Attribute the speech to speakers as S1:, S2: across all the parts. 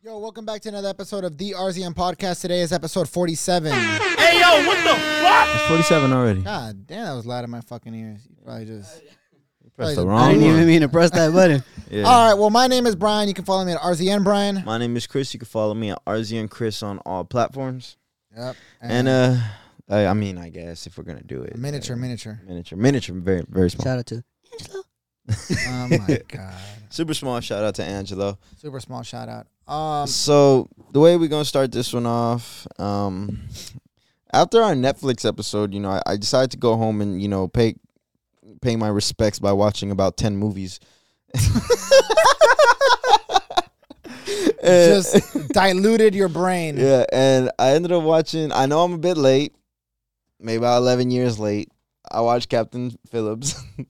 S1: Yo, welcome back to another episode of the RZM podcast. Today is episode 47.
S2: Hey yo, what the fuck?
S3: It's 47 already.
S1: God damn, that was loud in my fucking ears. You probably just.
S3: Press the
S1: I
S3: wrong
S4: didn't
S3: one.
S4: even mean to press that button.
S3: Yeah.
S1: All right, well, my name is Brian. You can follow me at RZN Brian.
S3: My name is Chris. You can follow me at RZN Chris on all platforms.
S1: Yep.
S3: And uh, I, I mean, I guess if we're gonna do it,
S1: miniature, miniature.
S3: uh, miniature, miniature, very, very small,
S4: Shout out to
S1: Oh my god.
S3: super small. Shout out to Angelo.
S1: Super small shout out. Um,
S3: so the way we're gonna start this one off, um, after our Netflix episode, you know, I, I decided to go home and you know pay pay my respects by watching about ten movies. And-
S1: just diluted your brain.
S3: Uh, Yeah, and I ended up watching. I know I'm a bit late, maybe about 11 years late. I watched Captain Phillips.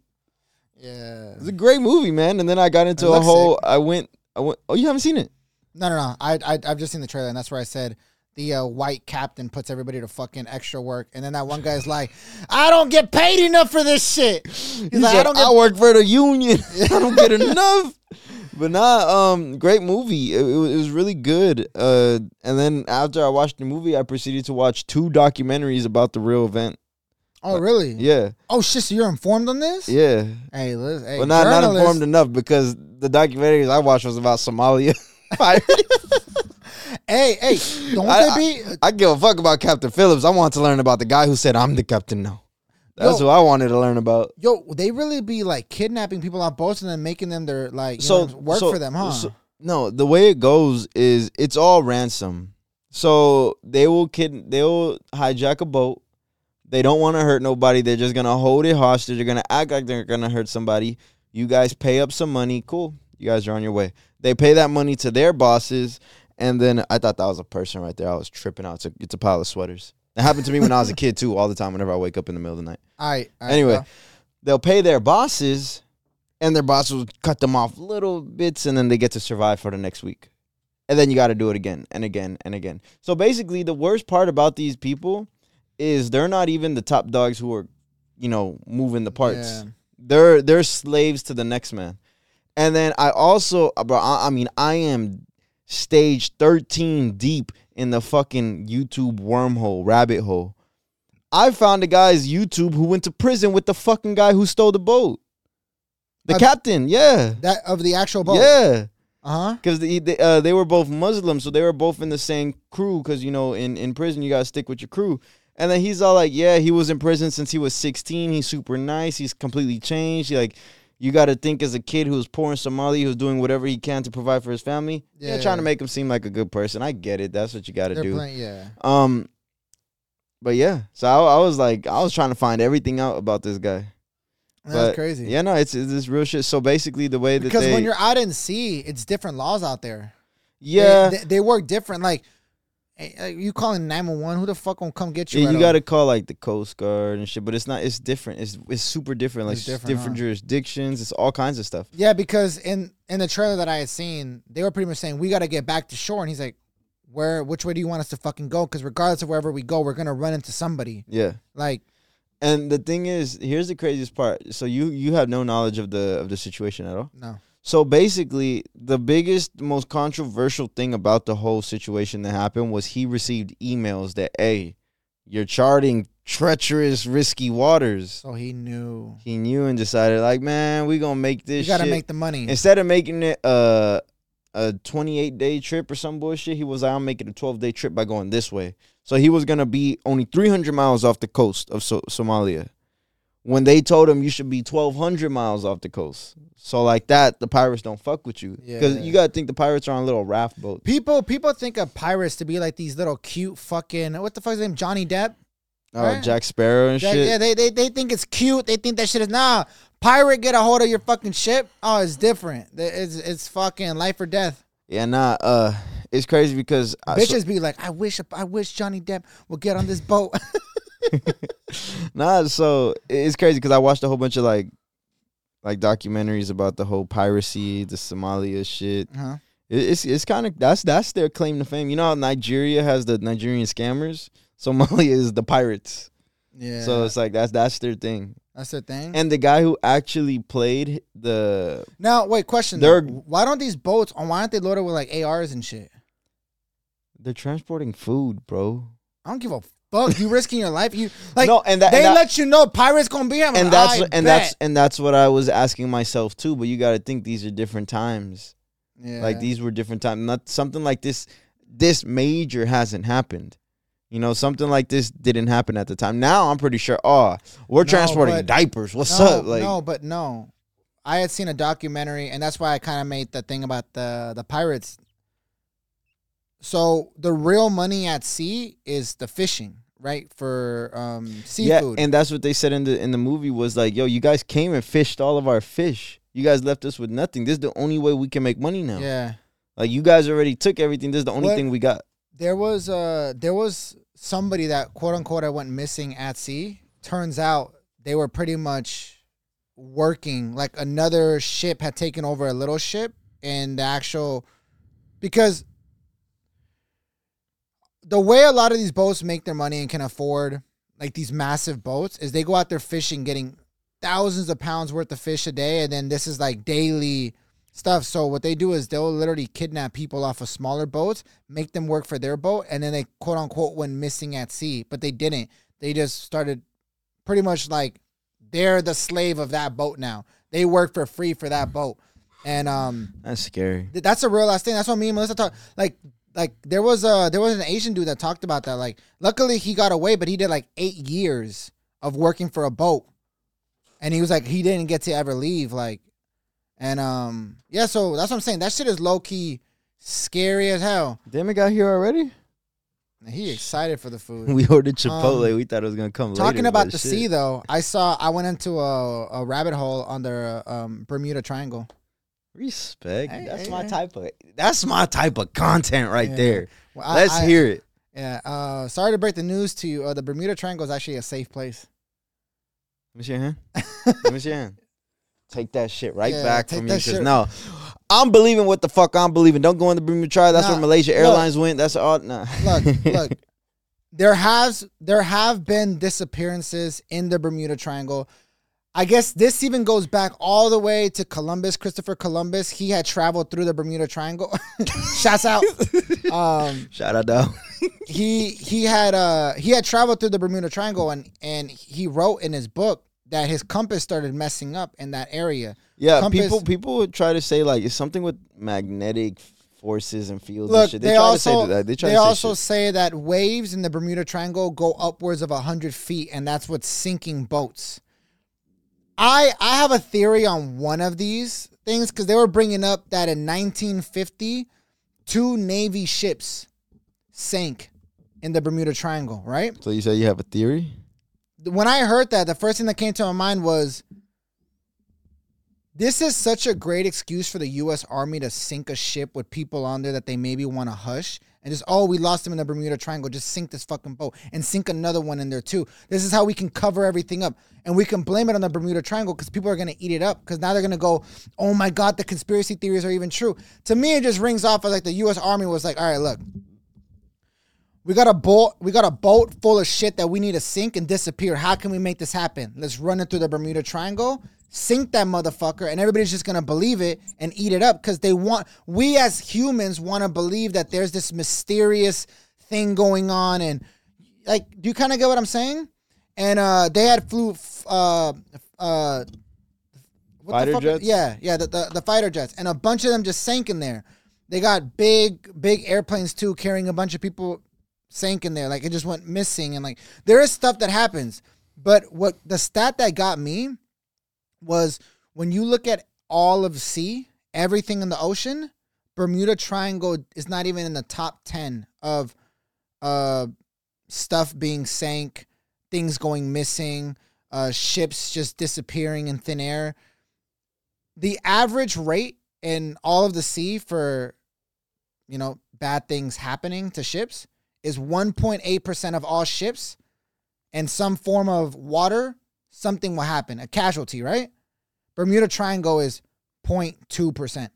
S1: Yeah.
S3: it's a great movie, man. And then I got
S1: It
S3: into a
S1: looks
S3: whole. I went. I went. Oh, you haven't seen it?
S1: No, no, no. I, I, I've just seen the trailer, and that's where I said the uh, white captain puts everybody to fucking extra work, and then that one guy's like, "I don't get paid enough for this shit." He's,
S3: He's
S1: like, "I
S3: like,
S1: don't
S3: I,
S1: get."
S3: work for the union. I don't get enough. But nah, um, great movie. It, it was- it was really good. Uh, and then after I watched the movie, I proceeded to watch two documentaries about the real event.
S1: oh, really?
S3: Yeah,
S1: Oh shit! So you're informed on this?
S3: yeah.
S1: Hey, listen. Hey,
S3: Well, not not
S1: journalists.
S3: informed enough because the documentaries I watched was about Somalia. pirates.
S1: Hey, hey, don't
S3: I-
S1: they be?
S3: I give a fuck about Captain Phillips. I want to learn about the guy who said I'm the captain now. That's
S1: Yo.
S3: who I wanted to learn about.
S1: Yo, they really be like kidnapping people on boats and then making them their like you know, work
S3: so-
S1: for them, huh?
S3: so- no, the way it goes is it's all ransom. So they will kid, they will hijack a boat. They don't want to hurt nobody. They're just gonna hold it hostage. They're gonna act like they're gonna hurt somebody. You guys pay up some money. Cool. You guys are on your way. They pay that money to their bosses, and then I thought that was a person right there. I was tripping out. It's a, it's a pile of sweaters. It happened to me when I was a kid too, all the time. Whenever I wake up in the middle of the night.
S1: all right. all right,
S3: Anyway,
S1: bro.
S3: they'll pay their bosses, and their bosses will cut them off little bits, and then they get to survive for the next week. And then you got to do it again and again and again. So basically, the worst part about these people is they're not even the top dogs who are, you know, moving the parts.
S1: Yeah.
S3: They're they're slaves to the next man. And then I also, uh, bro, I, I mean, I am stage thirteen deep in the fucking YouTube wormhole, rabbit hole. I found a guy's YouTube who went to prison with the fucking guy who stole the boat. The
S1: Uh,
S3: captain, yeah.
S1: that of the actual boat.
S3: Yeah.
S1: Uh huh.
S3: Because they, they, uh, they were both Muslims, so they were both in the same crew. Because, you know, in, in prison, you got to stick with your crew. And then he's all like, yeah, he was in prison since he was 16. He's super nice. He's completely changed. Like, you got to think as a kid who's poor in Somalia, who's doing whatever he can to provide for his family. Yeah.
S1: Yeah.
S3: trying to make him seem like a good person. I get it. That's what you got to
S1: They're
S3: do.
S1: playing. Yeah.
S3: Um, but yeah, so I, I was like, I was trying to find everything out about this guy.
S1: That's
S3: But,
S1: crazy.
S3: Yeah, no, it's, it's this real shit. So basically, the way that
S1: Because
S3: they,
S1: when you're out in sea, it's different laws out there. They-
S3: yeah,
S1: they, they work different. Like, eh, like, you calling nine one one, who the fuck gonna come get you?
S3: yeah,
S1: right
S3: you
S1: away?
S3: got to call like the Coast Guard and shit. But it's not. It's different. It's it's super different. Like
S1: It's
S3: it's
S1: different,
S3: different,
S1: huh?
S3: jurisdictions. It's all kinds of stuff.
S1: Yeah, because in in the trailer that I had seen, they were pretty much saying we got to get back to shore, and he's like, "Where? Which way do you want us to fucking go? Because regardless of wherever we go, we're gonna run into somebody."
S3: Yeah.
S1: Like,
S3: And the thing is, here's the craziest part. So you you have no knowledge of the of the situation at all.
S1: no,
S3: So basically, the biggest, most controversial thing about the whole situation that happened was he received emails that, hey, you're charting treacherous, risky waters.
S1: so he knew
S3: He knew and decided, like, man, we gonna make
S1: you
S3: this.
S1: got to
S3: shit.
S1: make the money.
S3: Instead of making it a a 28 day trip or some bullshit, he was like, I'll make it a 12 day trip by going this way. So he was gonna be only 300 miles off the coast of so- Somalia. When they told him you should be 1,200 miles off the coast, so like that, the pirates don't fuck with you because
S1: Yeah.
S3: you gotta think the pirates are on little raft boats.
S1: People people think of pirates to be like these little cute fucking what the fuck's his name Johnny Depp.
S3: Oh,
S1: Right.
S3: Jack Sparrow and
S1: That-
S3: shit.
S1: yeah, they, they they think it's cute. They think that shit is nah. Pirate get a hold of your fucking ship. Oh, it's different. Th- It's it's fucking life or death.
S3: yeah, nah. Uh, it's crazy because I- so-
S1: Bitches be like, I wish I wish Johnny Depp would get on this boat.
S3: Nah, so it's crazy because I watched a whole bunch of like, like documentaries about the whole piracy, the Somalia shit.
S1: Uh-huh.
S3: It, it's it's kind of that's that's their claim to fame. You know how Nigeria has the Nigerian scammers, Somalia is the pirates.
S1: yeah.
S3: So it's like that's that's their thing.
S1: That's the thing.
S3: And the guy who actually played the
S1: now, wait, question.
S3: They're-
S1: though. Why don't these boats? Why aren't they loaded with like ARs and shit?
S3: They're transporting food, bro.
S1: I don't give a fuck. You risking your life. You like
S3: no, and that,
S1: they
S3: and that-
S1: let you know pirates gonna be here. I'm
S3: and
S1: like,
S3: that's
S1: I
S3: and
S1: bet.
S3: that's and that's what I was asking myself too. But you got to think these are different times.
S1: yeah.
S3: Like these were different times. Not something like this. This major hasn't happened. You know, something like this didn't happen at the time. Now I'm pretty sure. Oh, we're
S1: No,
S3: transporting
S1: but-
S3: diapers. What's
S1: no,
S3: up? Like,
S1: no, but no. I had seen a documentary, and that's why I kind of made the thing about the the pirates. So the real money at sea is the fishing, right? For um, seafood.
S3: Yeah, and that's what they said in the in the movie was like, yo, you guys came and fished all of our fish. You guys left us with nothing. This is the only way we can make money now.
S1: yeah.
S3: Like you guys already took everything. This is the only
S1: What-
S3: thing we got.
S1: there was uh there was somebody that quote unquote I went missing at sea. Turns out they were pretty much working like another ship had taken over a little ship and the actual because the way a lot of these boats make their money and can afford like these massive boats is they go out there fishing getting thousands of pounds worth of fish a day and then this is like daily stuff. So what they do is they'll literally kidnap people off of smaller boats, make them work for their boat, and then they quote unquote went missing at sea. But they didn't. They just started pretty much like they're the slave of that boat now. They work for free for that boat. And um
S3: That's scary.
S1: th- that's a real last thing. That's what me and Melissa talked like like there was a there was an Asian dude that talked about that. Like luckily he got away, but he did like eight years of working for a boat. And he was like he didn't get to ever leave. Like and um yeah, so that's what I'm saying. That shit is low key scary as hell.
S3: Damn, it got here already.
S1: He excited for the food.
S3: We ordered Chipotle.
S1: Um,
S3: we thought it was gonna come.
S1: Talking
S3: later,
S1: about
S3: but
S1: the
S3: shit.
S1: sea though, I saw I went into a, a rabbit hole on the um, Bermuda Triangle.
S3: Respect.
S1: Hey,
S3: that's
S1: hey,
S3: my
S1: hey.
S3: type of. That's my type of content right
S1: Yeah.
S3: there.
S1: Well, I-
S3: Let's
S1: I-
S3: hear it.
S1: Yeah. Uh, sorry to break the news to you. Uh, the Bermuda Triangle is actually a safe place.
S3: Let me see your hand. Let me see your hand. Take that shit right
S1: Yeah,
S3: back
S1: take
S3: from
S1: that
S3: you. Cause
S1: shit-
S3: no, I'm believing what the fuck I'm believing. Don't go in the Bermuda Triangle. That's
S1: Nah,
S3: where Malaysia
S1: look.
S3: Airlines went. That's all. Nah.
S1: look, look. There has there have been disappearances in the Bermuda Triangle. I guess this even goes back all the way to Columbus, Christopher Columbus. He had traveled through the Bermuda Triangle. Shouts out. Um,
S3: Shout out though.
S1: he he had uh he had traveled through the Bermuda Triangle and and he wrote in his book that his compass started messing up in that area.
S3: Yeah,
S1: Compass-
S3: people people would try to say like it's something with magnetic forces and fields and
S1: Look,
S3: shit.
S1: they,
S3: They, try to
S1: also
S3: say that. They try to say
S1: also
S3: shit.
S1: say that waves in the Bermuda Triangle go upwards of hundred feet, and that's what's sinking boats. I I have a theory on one of these things because they were bringing up that in 1950, two Navy ships sank in the Bermuda Triangle. Right
S3: So you say you have a theory?
S1: when I heard that, the first thing that came to my mind was. This is such a great excuse for the U.S. Army to sink a ship with people on there that they maybe want to hush and just, oh, we lost them in the Bermuda Triangle. Just sink this fucking boat and sink another one in there too. This is how we can cover everything up. And we can blame it on the Bermuda Triangle because people are going to eat it up because now they're going to go, oh my God, the conspiracy theories are even true. To me, it just rings off as like the U.S. Army was like, all right, look, we got a boat. We got a boat full of shit that we need to sink and disappear. How can we make this happen? Let's run it through the Bermuda Triangle, sink that motherfucker, and everybody's just gonna believe it and eat it up because they want. We as humans want to believe that there's this mysterious thing going on, and like, do you kind of get what I'm saying? And uh, they had flew. f- Uh, uh, what
S3: Fighter
S1: the fuck?
S3: jets?
S1: Yeah, yeah, the, the the fighter jets, and a bunch of them just sank in there. They got big, big airplanes too, carrying a bunch of people sank in there. Like it just went missing, and like there is stuff that happens. But what the stat that got me was when you look at all of sea, everything in the ocean, Bermuda Triangle is not even in the top ten of uh stuff being sank, things going missing, uh, ships just disappearing in thin air. The average rate in all of the sea for, you know, bad things happening to ships is 1.8% of all ships in some form of water, something will happen, a casualty, right? Bermuda Triangle is 0.2%.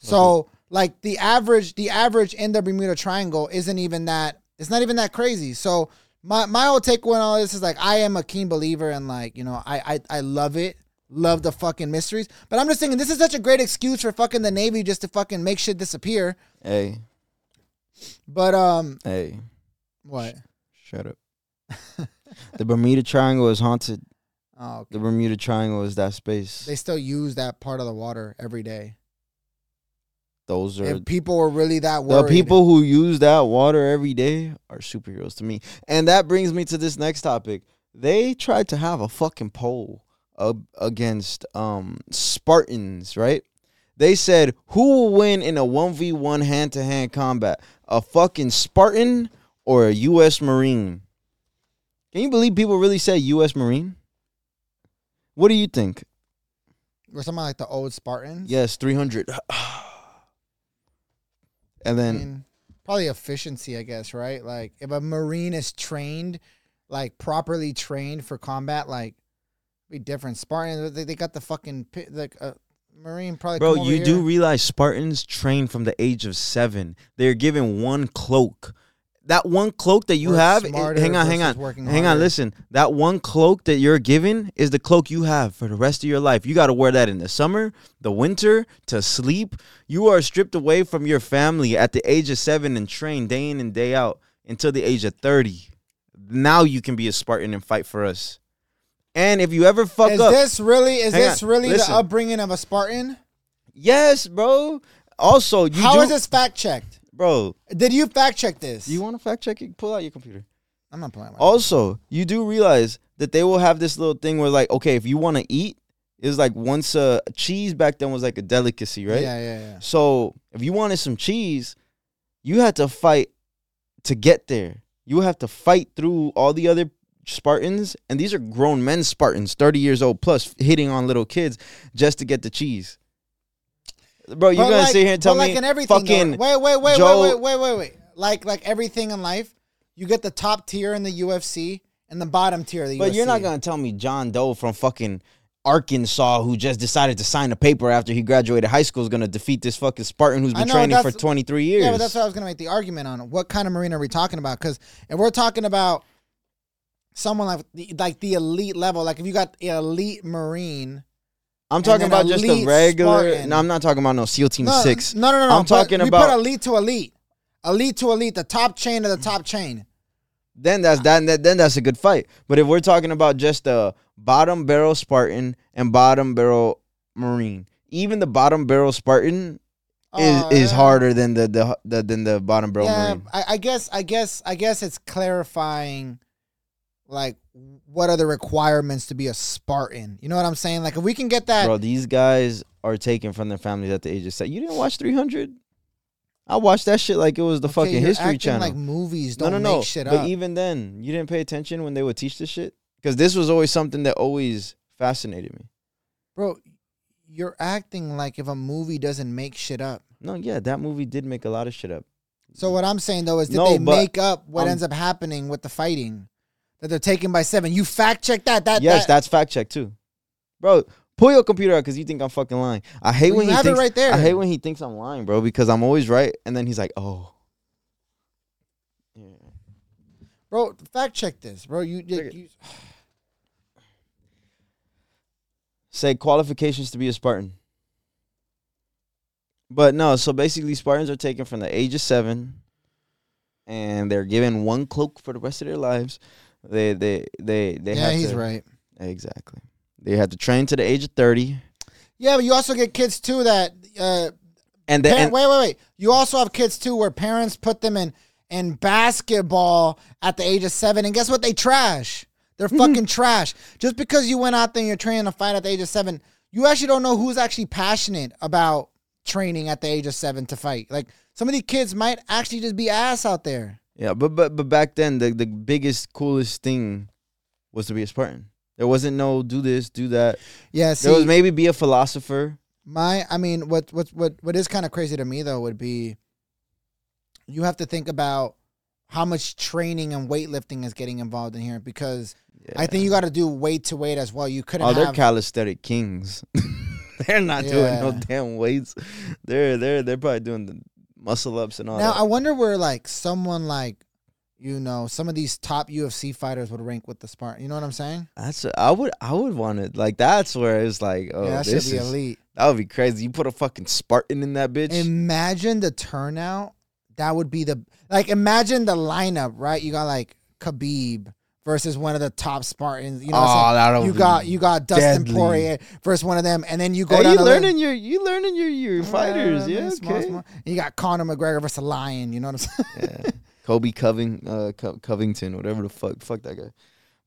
S1: So like the average the average in the Bermuda Triangle isn't even that it's not even that crazy. So my my whole takeaway on all this is like I am a keen believer and like, you know, I I, I love it. Love the fucking mysteries. But I'm just thinking this is such a great excuse for fucking the Navy just to fucking make shit disappear.
S3: Hey,
S1: But um,
S3: Hey,
S1: what?
S3: shut up. the Bermuda Triangle is haunted.
S1: Oh, okay.
S3: The Bermuda Triangle is that space.
S1: they still use that part of the water every day.
S3: Those are
S1: If people were really that
S3: the
S1: worried,
S3: people who use that water every day are superheroes to me. And that brings me to this next topic. They tried to have a fucking poll ab- against um Spartans, right? They said, "Who will win in a 1v1 hand-to-hand combat? A fucking Spartan or a US Marine?" Can you believe people really say US Marine? What do you think?
S1: or something like the old Spartans.
S3: Yes, 300. and
S1: I
S3: then
S1: mean, probably efficiency, I guess, right? Like if a marine is trained, like properly trained for combat, like be different. Spartans, they, they got the fucking pi- like a marine probably.
S3: Bro,
S1: come over
S3: you do
S1: here.
S3: realize Spartans train from the age of seven. They're given one cloak. That one cloak that you
S1: Work
S3: have, it-
S1: smarter
S3: hang on, hang
S1: versus
S3: on,
S1: working
S3: hang on.
S1: harder.
S3: Listen, that one cloak that you're given is the cloak you have for the rest of your life. You got to wear that in the summer, the winter, to sleep. You are stripped away from your family at the age of seven and trained day in and day out until the age of thirty. Now you can be a Spartan and fight for us. And if you ever fuck
S1: Is
S3: up,
S1: this really? Is
S3: Hang
S1: this
S3: on,
S1: really
S3: listen.
S1: the upbringing of a Spartan?
S3: yes, bro. Also, you
S1: How
S3: do,
S1: is this fact checked?
S3: bro.
S1: Did you fact check this?
S3: Do you want to fact check it? Pull out your computer.
S1: I'm not playing. With oh,
S3: Also, you do realize that they will have this little thing where, like, okay, if you want to eat, it's like once uh, cheese back then was like a delicacy, right?
S1: Yeah, yeah, yeah.
S3: So if you wanted some cheese, you had to fight to get there. You have to fight through all the other Spartans, and these are grown men Spartans, thirty years old plus, hitting on little kids just to get the cheese. Bro, you're
S1: But
S3: gonna
S1: like-
S3: sit here and tell
S1: but
S3: me
S1: like in everything, though,
S3: fucking
S1: wait, wait, wait,
S3: Joe-
S1: wait, wait, wait, wait, wait. Like, like everything in life, you get the top tier in the UFC and the bottom tier of the UFC.
S3: But you're not gonna tell me John Doe from fucking Arkansas, who just decided to sign a paper after he graduated high school, is gonna defeat this fucking Spartan who's
S1: I
S3: been
S1: know,
S3: training for
S1: that's-
S3: 23 years.
S1: Yeah, but that's what I was gonna make the argument on. What kind of marine are we talking about? Because if we're talking about someone like the, like the elite level, like if you got the elite marine,
S3: I'm talking
S1: then
S3: about just a
S1: elite
S3: regular.
S1: Spartan.
S3: No, I'm not talking about no SEAL Team
S1: no,
S3: Six.
S1: No, no, no, no.
S3: I'm
S1: but
S3: talking
S1: we
S3: about-
S1: put elite to elite, elite to elite, the top chain of the top chain.
S3: Then that's that, that. Then that's a good fight. But if we're talking about just a bottom barrel Spartan and bottom barrel Marine, even the bottom barrel Spartan is
S1: Uh,
S3: is harder than the, the the than the bottom barrel
S1: yeah,
S3: Marine.
S1: I, I guess, I guess, I guess it's clarifying, like, what are the requirements to be a Spartan? You know what I'm saying? Like, if we can get that,
S3: Bro, these guys are taken from their families at the age of seven. You didn't watch 300? I watched that shit like it was the
S1: Okay,
S3: fucking
S1: you're
S3: History
S1: acting
S3: Channel.
S1: like movies
S3: no,
S1: don't
S3: no, no.
S1: make shit
S3: but
S1: up.
S3: even then, you didn't pay attention when they would teach this shit? Because this was always something that always fascinated me.
S1: Bro, you're acting like if a movie doesn't make shit up.
S3: No, yeah, that movie did make a lot of shit up.
S1: So what I'm saying though is, did
S3: Mm. No,
S1: they
S3: but
S1: make up what
S3: I'm-
S1: ends up happening with the fighting that they're taken by seven? You fact check that. That
S3: yes,
S1: that,
S3: that's fact check too. Bro, pull your computer out because you think I'm fucking lying. I hate
S1: Well,
S3: when
S1: you
S3: he
S1: have it
S3: thinks,
S1: right there.
S3: I hate when he thinks I'm lying, bro, because I'm always right. And then he's like, oh.
S1: bro. Fact check this, bro. You, you,
S3: Check it.
S1: you-
S3: say qualifications to be a Spartan. But no, so basically Spartans are taken from the age of seven and they're given one cloak for the rest of their lives. They they they they
S1: yeah,
S3: have
S1: he's
S3: to,
S1: right.
S3: Exactly. They have to train to the age of thirty.
S1: Yeah, but you also get kids too that. Uh,
S3: And then
S1: par-
S3: and,
S1: wait, wait, wait. You also have kids too where parents put them in in basketball at the age of seven, and guess what? They trash. They're fucking trash. Just because you went out there and you're training to fight at the age of seven, you actually don't know who's actually passionate about training at the age of seven to fight. Like some of these kids might actually just be ass out there.
S3: yeah, but but but back then the, the biggest, coolest thing was to be a Spartan. There wasn't no do this, do that.
S1: Yeah,
S3: there was
S1: see,
S3: maybe be a philosopher.
S1: my I mean, what what what what is kind of crazy to me though would be you have to think about how much training and weightlifting is getting involved in here because I think you got to do weight to weight as well. You couldn't
S3: Oh, they're
S1: have
S3: calisthenic kings. they're not doing no
S1: Yeah.
S3: damn weights. They're they're they're probably doing the muscle ups and all
S1: now.
S3: that.
S1: I wonder where like someone like you know some of these top UFC fighters would rank with the Spartan. You know what I'm saying?
S3: that's I would I would want it like that's where it's like oh
S1: yeah, that should
S3: this
S1: be
S3: is,
S1: elite.
S3: that would be crazy. You put a fucking Spartan in that bitch.
S1: Imagine the turnout that would be the like imagine the lineup, right? You got like Khabib versus one of the top Spartans. You know, what I'm
S4: Oh,
S1: saying?
S4: that'll
S1: you
S4: be
S1: got you got Dustin
S4: deadly.
S1: Poirier versus one of them, and then you go
S3: Hey,
S1: down
S3: you
S1: the
S3: learning
S1: list.
S3: your you learning your your fighters.
S1: Yeah,
S3: Yeah, okay.
S1: small, small. And You got Conor McGregor versus a lion. You know what I'm saying?
S3: Kobe Coving uh, Co- Covington, whatever the fuck, fuck that guy.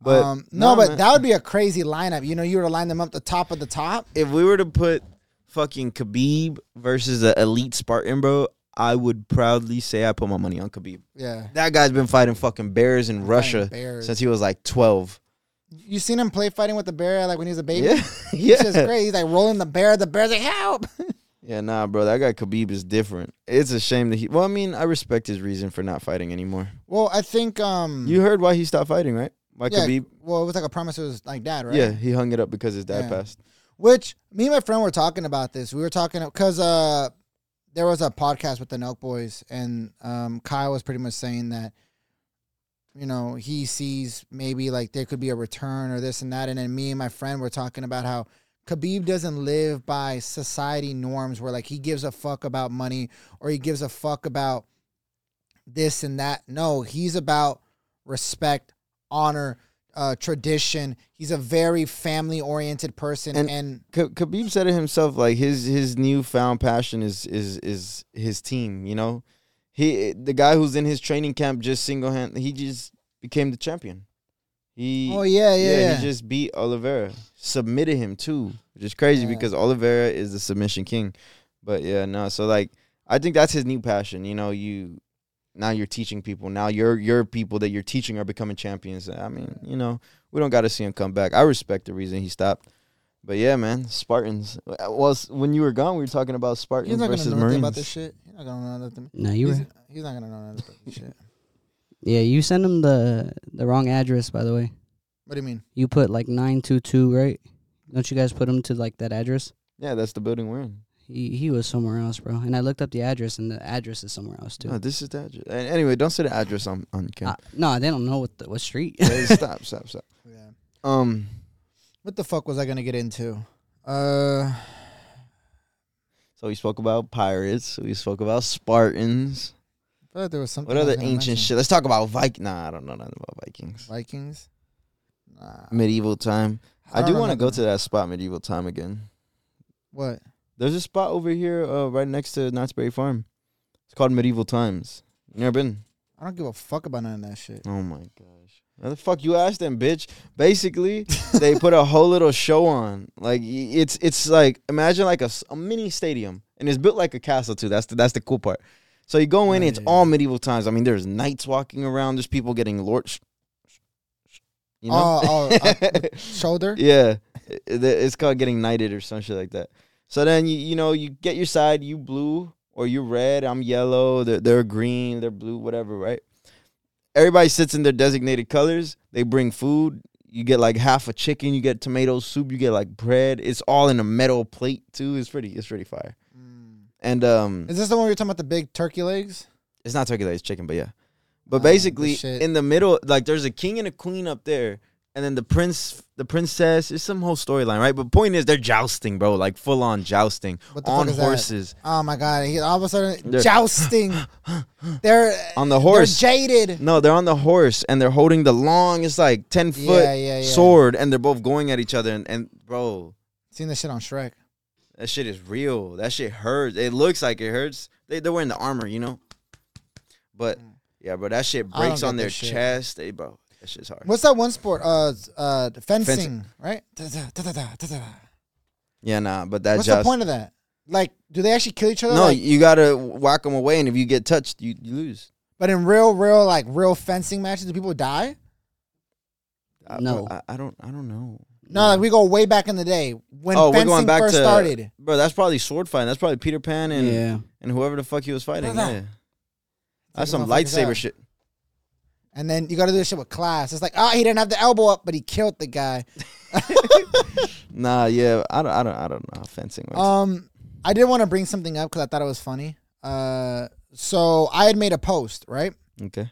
S3: But
S1: um, no, but
S3: man.
S1: that would be a crazy lineup. You know, you were to line them up the top of the top.
S3: if we were to put fucking Khabib versus the elite Spartan, bro, I would proudly say I put my money on Khabib.
S1: Yeah,
S3: That guy's been fighting fucking bears in Russia
S1: bears.
S3: since he was like twelve.
S1: you seen him play fighting with the bear like when he was a baby.
S3: Yeah,
S1: It's just
S3: yeah,
S1: crazy. He's like rolling the bear. The bear's like help.
S3: yeah. Nah, bro, that guy Khabib is different. It's a shame that he. Well, I mean, I respect his reason for not fighting anymore.
S1: well, I think um
S3: You heard why he stopped fighting, right? Why
S1: yeah,
S3: Khabib?
S1: well it was like a promise it was like dad, right?
S3: Yeah, he hung it up because his dad
S1: Yeah.
S3: passed.
S1: Which me and my friend were talking about this. We were talking because uh, there was a podcast with the Nelk Boys, and um, Kyle was pretty much saying that, you know, he sees maybe like there could be a return or this and that. And then me and my friend were talking about how Khabib doesn't live by society norms where like he gives a fuck about money or he gives a fuck about this and that. No, he's about respect, honor. Uh, tradition. He's a very family-oriented person,
S3: And-
S1: and
S3: K- Khabib said it himself. Like his his newfound passion is is is his team. You know, he the guy who's in his training camp just single hand. He just became the champion. He
S1: Oh yeah, yeah, yeah.
S3: he just beat Oliveira, submitted him too, which is crazy
S1: Yeah.
S3: because Oliveira is the submission king. But yeah, no. So like, I think that's his new passion. You know, you now you're teaching people. Now your your people that you're teaching are becoming champions. I mean, you know, we don't got to see him come back. I respect the reason he stopped. But yeah, man, Spartans. Well, s- when you were gone, we were talking about
S1: He's
S3: Spartans
S1: not gonna
S3: versus
S1: know
S3: Marines.
S1: nothing about this shit. He's not gonna know nothing.
S4: No, you
S1: He's,
S4: were.
S1: he's not gonna know nothing about this shit.
S4: Yeah, you sent him the the wrong address, by the way.
S1: What do you mean?
S4: You put like nine two two, right? Don't you guys put him to like that address?
S3: Yeah, that's the building we're in.
S4: He he was somewhere else, bro. And I looked up the address, and the address is somewhere else too.
S3: No, this is the address. And anyway, don't say the address on on
S4: Uh,
S3: camp.
S4: no, they don't know what the, what street.
S3: Hey, stop, stop, stop.
S1: Yeah.
S3: Um,
S1: What the fuck was I gonna get into? Uh,
S3: So we spoke about pirates. We spoke about Spartans.
S1: I thought there was something.
S3: What
S1: I was
S3: other
S1: gonna mention.
S3: ancient shit? Let's talk about Viking. Nah, I don't know nothing about Vikings.
S1: Vikings. Nah.
S3: Medieval time. I,
S1: don't
S3: do
S1: know
S3: want to go
S1: nothing.
S3: to that spot, medieval time again.
S1: What?
S3: There's a spot over here, uh, right next to Knott's Berry Farm. It's called Medieval Times. You Never been.
S1: I don't give a fuck about none of that shit.
S3: Oh my gosh. Why the fuck you asked them, bitch? Basically, they put a whole little show on. Like y- it's it's like imagine like a, s- a mini stadium, and it's built like a castle too. That's the that's the cool part. So you go in, it's all medieval times. I mean, there's knights walking around. There's people getting lord. sh- sh- sh- You know?
S1: Oh, oh, uh, shoulder.
S3: yeah, It- it- it's called getting knighted or some shit like that. So then you you know you get your side. You blue or you red. I'm yellow. They're, they're green. They're blue. Whatever. Right. Everybody sits in their designated colors. They bring food. You get like half a chicken. You get tomato soup. You get like bread. It's all in a metal plate too. It's pretty. It's pretty fire. And um,
S1: Is this the one we were talking about? The big turkey legs.
S3: it's not turkey leg, it's chicken, but yeah. But
S1: Ah,
S3: basically,
S1: good shit.
S3: in the middle, like there's a king and a queen up there, and then the prince, the princess. It's some whole storyline, right? But point is, they're jousting, bro, like full on jousting
S1: What the
S3: on
S1: fuck is that?
S3: horses.
S1: Oh my god! He all of a sudden
S3: They're-
S1: jousting. they're
S3: On the horse.
S1: They're jaded.
S3: No, they're on the horse and they're holding the long, it's like ten foot
S1: Yeah, yeah, yeah.
S3: sword, and they're both going at each other. And, and bro,
S1: Seen this shit on Shrek.
S3: that shit is real. That shit hurts. It looks like it hurts. They they're wearing the armor, you know. But yeah, bro, that shit
S1: Mm. I don't
S3: breaks
S1: get
S3: on their
S1: this shit.
S3: chest. They bro, that shit's hard.
S1: What's that one sport? Uh, uh, fencing,
S3: Fencing.
S1: right? Da-da, da-da, da-da.
S3: Yeah, nah, but that
S1: What's
S3: joust.
S1: the point of that? Like, do they actually kill each other?
S3: No,
S1: Like,
S3: you gotta whack them away, and if you get touched, you, you lose.
S1: but in real, real, like real fencing matches, do people die?
S3: I-
S4: No.
S3: I, I don't. I don't know.
S1: No, like we go way back in the day when
S3: oh, we're
S1: fencing
S3: going back
S1: first
S3: to
S1: started.
S3: bro. That's probably sword fighting. That's probably Peter Pan and
S4: yeah,
S3: and whoever the fuck he was fighting.
S1: Brother.
S3: Yeah,
S1: Take
S3: that's some
S1: the motherfuckers
S3: lightsaber
S1: out.
S3: shit.
S1: And then you got to do this shit with class. It's like, ah, he didn't have the elbow up, but he killed the guy.
S3: Nah, yeah, I don't. I don't. I don't know. Fencing. works.
S1: Um, I did want to bring something up because I thought it was funny. Uh, so I had made a post, right?
S3: okay.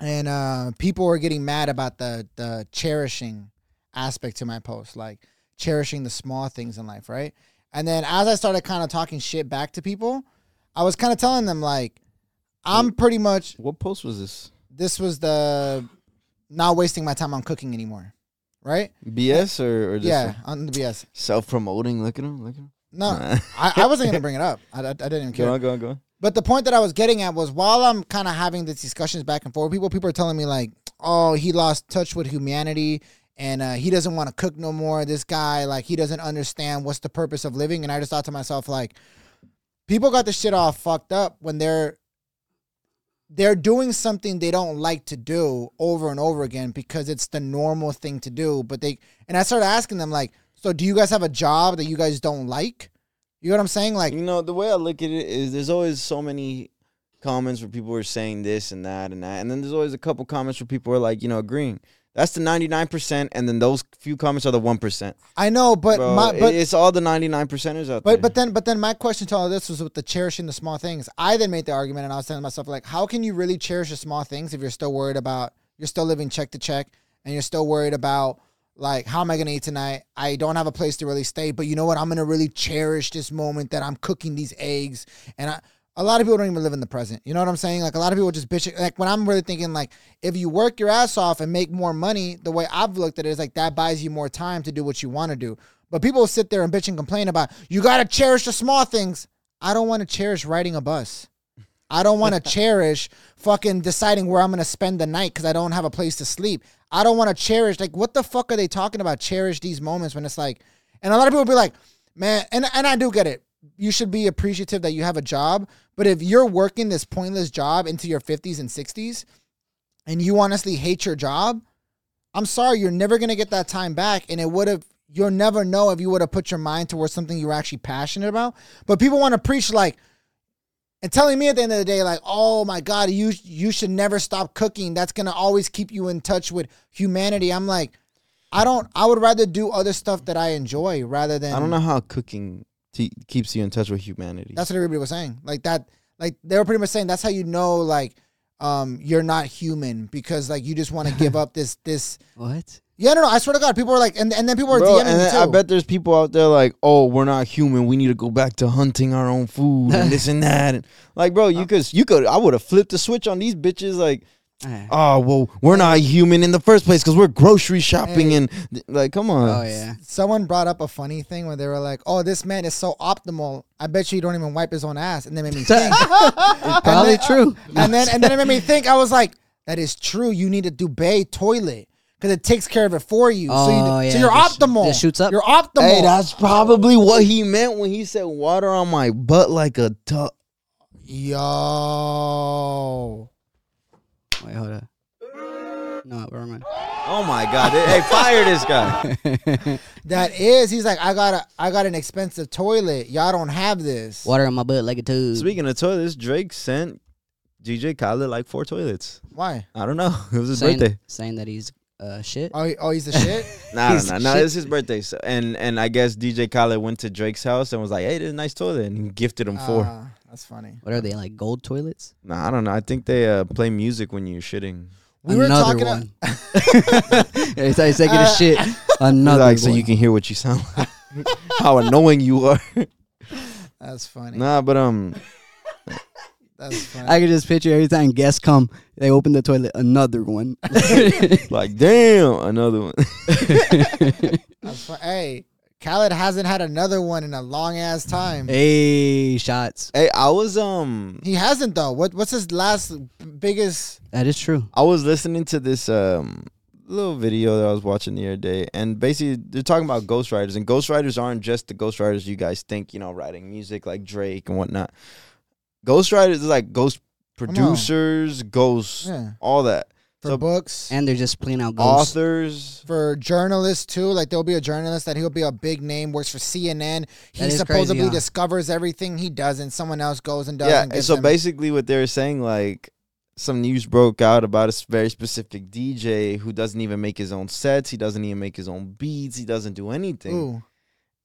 S1: and uh, people were getting mad about the the cherishing aspect to my post, like cherishing the small things in life, right? And then as I started kind of talking shit back to people, I was kind of telling them like, I'm pretty much
S3: What post was this?
S1: this was the not wasting my time on cooking anymore, right?
S3: BS or, or just
S1: yeah, on the BS.
S3: self promoting? Look at him. Look at him.
S1: No, I, I wasn't gonna bring it up. I, I, I didn't even care.
S3: Go on, go on, go on.
S1: But the point that I was getting at was while I'm kind of having these discussions back and forth, people people are telling me like, oh, he lost touch with humanity and uh, he doesn't want to cook no more. This guy like he doesn't understand what's the purpose of living. And I just thought to myself like, people got this shit all fucked up when they're they're doing something they don't like to do over and over again because it's the normal thing to do. But they and I started asking them like, so do you guys have a job that you guys don't like? You know what I'm saying? Like.
S3: You know, the way I look at it is there's always so many comments where people are saying this and that and that. And then there's always a couple comments where people are like, you know, agreeing. That's the 99%. And then those few comments are the 1%.
S1: I know, but
S3: Bro,
S1: my,
S3: it-
S1: but
S3: it's all the 99%ers out there.
S1: But but then but then my question to all this was with the cherishing the small things. I then made the argument and I was telling myself like, how can you really cherish the small things if you're still worried about you're still living check to check and you're still worried about like how am I gonna eat tonight? I don't have a place to really stay, but you know what? I'm gonna really cherish this moment that I'm cooking these eggs and I. A lot of people don't even live in the present. You know what I'm saying? Like a lot of people just bitch. Like when I'm really thinking, like if you work your ass off and make more money, the way I've looked at it is like that buys you more time to do what you want to do. But people sit there and bitch and complain about you gotta cherish the small things. I don't want to cherish riding a bus. I don't want to cherish fucking deciding where I'm gonna spend the night because I don't have a place to sleep. I don't want to cherish like what the fuck are they talking about? Cherish these moments when it's like, and a lot of people be like, man, and and I do get it. You should be appreciative that you have a job, but if you're working this pointless job into your 50s and 60s, and you honestly hate your job, I'm sorry, you're never gonna get that time back. And it would have you'll never know if you would have put your mind towards something you were actually passionate about. But people want to preach like and telling me at the end of the day, like, oh my God, you you should never stop cooking. That's gonna always keep you in touch with humanity. I'm like, I don't I would rather do other stuff that I enjoy rather than
S3: I don't know how cooking te- keeps you in touch with humanity.
S1: that's what everybody was saying. Like that, like they were pretty much saying that's how you know like um you're not human because like you just want to give up this this.
S4: What?
S1: Yeah, no, no. I swear to God, people were like, and, and then people were
S3: Bro,
S1: DMing
S3: and
S1: me
S3: then
S1: too.
S3: I bet there's people out there like, oh, we're not human. We need to go back to hunting our own food and this and that. And, like, bro, you could, you could. I would have flipped the switch on these bitches. Like,
S4: Ah.
S3: oh, well, we're not human in the first place because we're grocery shopping and like, come on.
S4: Eh. Oh yeah.
S1: Someone brought up a funny thing where they were like, "Oh, this man is so optimal. I bet you he don't even wipe his own ass." And they made me think.
S4: Probably true.
S1: and then and then it made me think. I was like, "That is true. You need a duvet toilet because it takes care of it for you. so, you,
S4: Oh,
S1: so
S4: yeah,
S1: you're
S4: that sh-
S1: optimal.
S4: that shoots up.
S1: You're optimal.
S3: Hey, that's probably what he meant when he said water on my butt like a tub.
S1: Yo.
S4: Wait, hold up. No, where am
S3: Oh my god! hey, fire this guy.
S4: I?
S1: That is, he's like, I got a, I got an expensive toilet. Y'all don't have this.
S4: Water on my butt like a tube.
S3: Speaking of toilets, Drake sent DJ Khaled like four toilets.
S1: Why?
S3: I don't know. It was his
S4: saying,
S3: birthday.
S4: saying that he's uh shit.
S1: Oh, he- oh, he's the shit.
S3: Nah,
S4: He's
S3: nah, nah.
S4: shit.
S3: It's his birthday, so, and and I guess DJ Khaled went to Drake's house and was like, "Hey, this is a nice toilet," and he gifted him four.
S1: Ah, that's funny.
S4: What are they like gold toilets?
S3: Nah, I don't know. I think they uh, play music when you're shitting.
S1: We were
S4: Another
S1: talking. Uh,
S4: one. Every time he's taking a shit,
S3: He's
S4: another
S3: like,
S4: one.
S3: so you can hear what you sound like. How annoying you are.
S1: That's funny.
S3: nah, but um,
S1: That's funny.
S4: I can just picture every time guests come, they open the toilet, another one.
S3: like, damn, another one.
S1: That's fu- hey, Khaled hasn't had another one in a long ass time.
S4: hey, shots.
S3: hey, I was um,
S1: He hasn't though. What what's his last biggest?
S4: That is true.
S3: I was listening to this um little video that I was watching the other day, and basically they're talking about ghostwriters, and ghostwriters aren't just the ghostwriters you guys think, you know, writing music like Drake and whatnot. Ghostwriters is like ghost
S1: on.
S3: producers, ghosts,
S1: Yeah,
S3: all that.
S1: for
S3: So-
S1: books,
S4: And they're just playing out ghosts.
S3: Authors.
S1: for journalists too. Like there'll be a journalist that he'll be a big name, works for CNN. He
S4: That is
S1: supposedly
S4: crazy, huh?
S1: discovers everything. He doesn't. Someone else goes and does.
S3: Yeah.
S1: And
S3: And
S1: gives
S3: so
S1: him-
S3: basically what they were saying, like some news broke out about a s- very specific DJ who doesn't even make his own sets, he doesn't even make his own beats, he doesn't do anything.
S1: Ooh,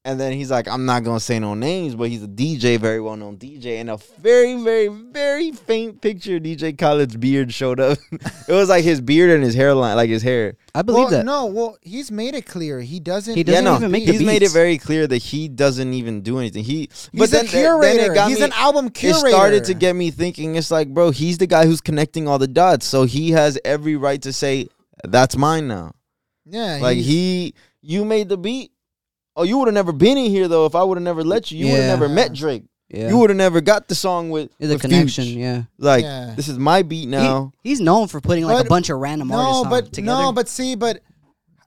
S3: And then he's like, I'm not gonna say no names, but he's a DJ, very well known DJ, and a very, very, very faint picture of DJ Khaled's beard showed up. it was like his beard and his hairline, like his hair.
S4: I believe
S1: well,
S4: that.
S1: No, well, he's made it clear he doesn't.
S4: He doesn't
S3: yeah, no,
S4: even make the
S3: he's made it
S4: beats.
S3: very clear that he doesn't even do anything. He,
S1: He's
S3: but
S1: a
S3: then,
S1: curator.
S3: then it got
S1: he's
S3: me,
S1: an album curator.
S3: It started to get me thinking. It's like, bro, he's the guy who's connecting all the dots, so he has every right to say that's mine now.
S1: yeah,
S3: Like
S1: he's-
S3: he, you made the beat. Oh, you would have never been in here though if I would have never let you. You would
S4: Yeah.
S3: have never met Drake.
S4: yeah.
S3: You would have never got the song with
S4: It's a
S3: with
S4: connection,
S3: Fuge.
S4: yeah.
S3: Like
S1: Yeah.
S3: this is my beat
S4: He-
S3: now.
S4: he's known for putting like
S1: But-
S4: a bunch of random
S1: no,
S4: artists on
S1: but
S4: together.
S1: no, but see, but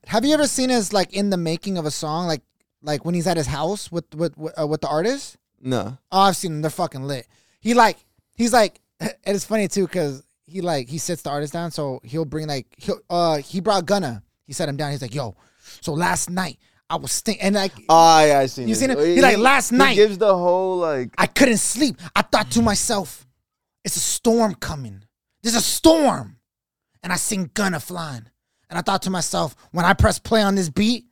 S1: have you ever seen us like in the making of a song, like like when he's at his house with with with, uh, with the artist?
S3: no,
S1: Oh, I've seen them. They're fucking lit. He like he's like, and it's funny too because he like he sits the artist down, so he'll bring like he will uh he brought Gunna. He sat him down. He's like, yo, so last night I was thinking, and like
S3: oh, yeah, I seen.
S1: You
S3: this.
S1: seen it?
S3: Oh,
S1: He like, last night-
S3: He gives the whole like.
S1: I couldn't sleep. I thought to myself, it's a storm coming. There's a storm. And I seen Gunna flying. And I thought to myself, when I press play on this beat,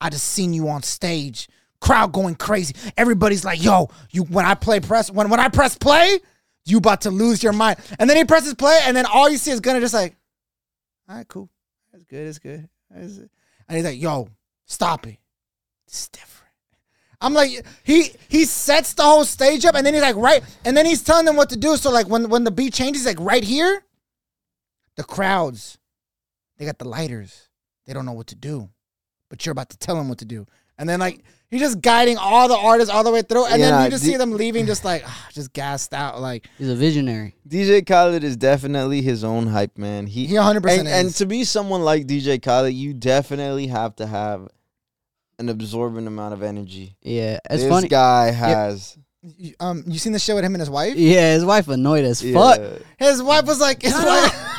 S1: I just seen you on stage. Crowd going crazy. Everybody's like, yo, you when I play press, when when I press play, you about to lose your mind. And then he presses play, and then all you see is Gunna just like, all right, cool. That's good, that's good. That's it." And he's like, yo, stop it. It's different. I'm like he he sets the whole stage up and then he's like right and then he's telling them what to do. So like when when the beat changes, like right here, the crowds, they got the lighters. They don't know what to do, but you're about to tell them what to do. And then like he's just guiding all the artists all the way through, and then
S3: Yeah,
S1: you just
S3: the-
S1: see them leaving, just like ah, just gassed out. Like
S4: he's a visionary.
S3: DJ Khaled is definitely his own hype man. He,
S1: He 100%
S3: and, and
S1: is.
S3: to be someone like DJ Khaled, you definitely have to have an absorbent amount of energy.
S4: Yeah, it's
S3: this
S4: funny.
S3: guy has
S1: you- um, you seen the shit with him and his wife?
S4: Yeah, his wife annoyed as fuck.
S3: Yeah.
S1: His wife was like his wife.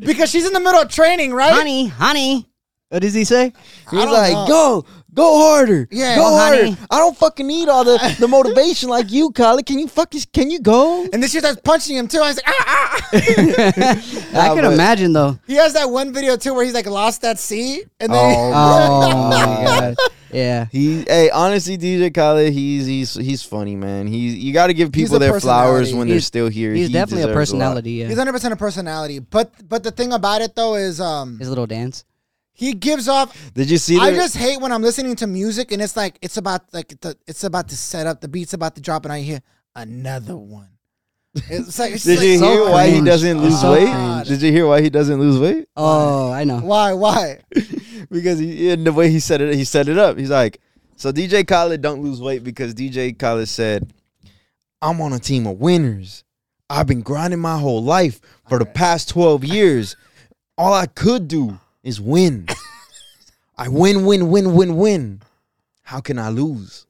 S1: because she's in the middle of training, right?
S4: Honey, honey. What does he say?
S3: He's
S1: don't
S3: like,
S1: know.
S3: go, go harder.
S1: Yeah,
S3: go
S1: well,
S3: harder.
S4: honey.
S3: I don't fucking need all the, the motivation like you, Khaled. Can you fucking can you go?
S1: And then she starts punching him too. I was like, ah, ah.
S4: I can
S3: but-
S4: imagine though.
S1: He has that one video too where he's like lost that C and then
S3: Oh,
S4: Oh
S3: my God.
S4: my god. Yeah.
S3: He, hey, honestly, DJ Khaled, he's he's he's funny, man. He's you got to give
S1: He's
S3: people
S1: a
S3: their flowers
S1: personality.
S3: when they're
S4: He's-
S3: still here.
S4: He's
S3: He
S4: definitely a
S3: deserves lot.
S4: personality, uh, yeah.
S1: he's 100 percent a personality. But but the thing about it though is um
S4: his little dance.
S1: he gives off.
S3: Did you see?
S1: I
S3: the-
S1: just hate when I'm listening to music and it's like it's about like the it's about to set up the beat's about to drop and I hear another one. It's like it's
S3: Did
S1: like,
S3: you
S1: so
S3: hear why he
S1: cringe.
S3: doesn't
S4: Oh,
S3: lose
S4: so
S3: weight?
S1: cringe.
S3: Did you hear why he doesn't lose weight?
S4: Oh, I know.
S1: Why why?
S3: because he, in the way he set it, he set it up. He's like, so DJ Khaled don't lose weight because DJ Khaled said, I'm on a team of winners. I've been grinding my whole life for the past 12 years. All I could do is win. I win, win, win, win, win. How can I lose?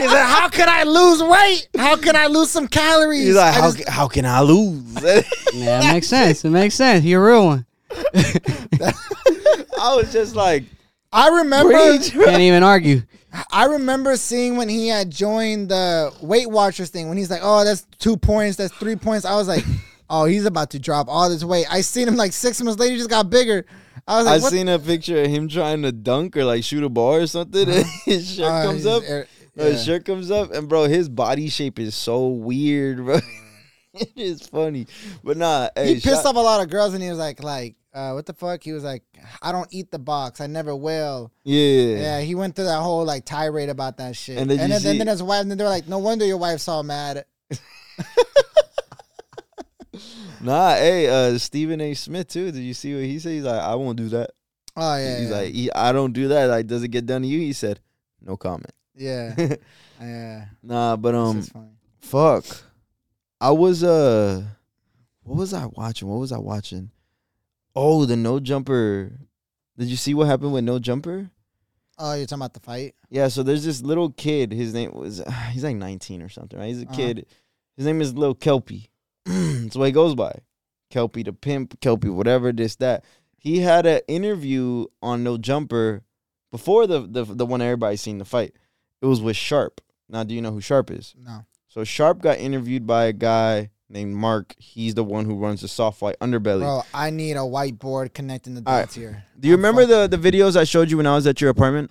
S1: Is that how can I lose weight? How can I lose some calories?
S3: He's
S1: I
S3: like, how,
S1: just-
S3: ca- how can I lose?
S4: Yeah, it makes sense. It makes sense. You're a real one.
S3: I was just like,
S1: I remember
S3: preach. bro.
S4: Can't even argue.
S1: I remember seeing when he had joined the Weight Watchers thing when he's like, "Oh, that's two points, that's three points." I was like, "Oh, he's about to drop all this weight." I seen him like six months later, he just got bigger. I was like,
S3: I
S1: what
S3: seen a picture of him trying to dunk or like shoot a ball or something, and his shirt
S1: Uh,
S3: comes
S1: he's
S3: up.
S1: air-
S3: No, His
S1: yeah.
S3: shirt comes up, and bro, his body shape is so weird, bro. it is funny, but nah.
S1: He
S3: Hey,
S1: pissed
S3: shout-
S1: off a lot of girls, and he was like, "Like, uh, what the fuck?" He was like, "I don't eat the box. I never will."
S3: Yeah,
S1: Yeah, he went through that whole like tirade about that shit.
S3: And
S1: And
S3: did
S1: then,
S3: you
S1: and then,
S3: see-
S1: then his wife, and then they were like, "No wonder your wife's all mad."
S3: Nah, hey, uh, Stephen A. Smith too. Did you see what he said? He's like, I won't do that.
S1: Oh yeah,
S3: He's
S1: yeah,
S3: like, he, I don't do that. Like, does it get done to you? He said, no comment.
S1: yeah, yeah.
S3: Nah, but
S1: This
S3: um,
S1: is funny.
S3: fuck. I was uh, what was I watching? What was I watching? Oh, the no jumper. Did you see what happened with no jumper?
S1: Oh, you're talking about the fight?
S3: Yeah, so there's this little kid. His name was he's like 19 or something, right? He's a
S1: Uh-huh.
S3: kid. His name is Lil Kelpie. That's what he goes by. Kelpie the pimp, Kelpie whatever, this that. He had an interview on No Jumper before the the the one everybody seen the fight. It was with Sharp. Now, do you know who Sharp is?
S1: No.
S3: So Sharp got interviewed by a guy named Mark. He's the one who runs the soft white underbelly.
S1: Bro, I need a whiteboard connecting the
S3: Oh, All right.
S1: dots here.
S3: Do you
S1: I'm
S3: remember the, the videos I showed you when I was at your apartment?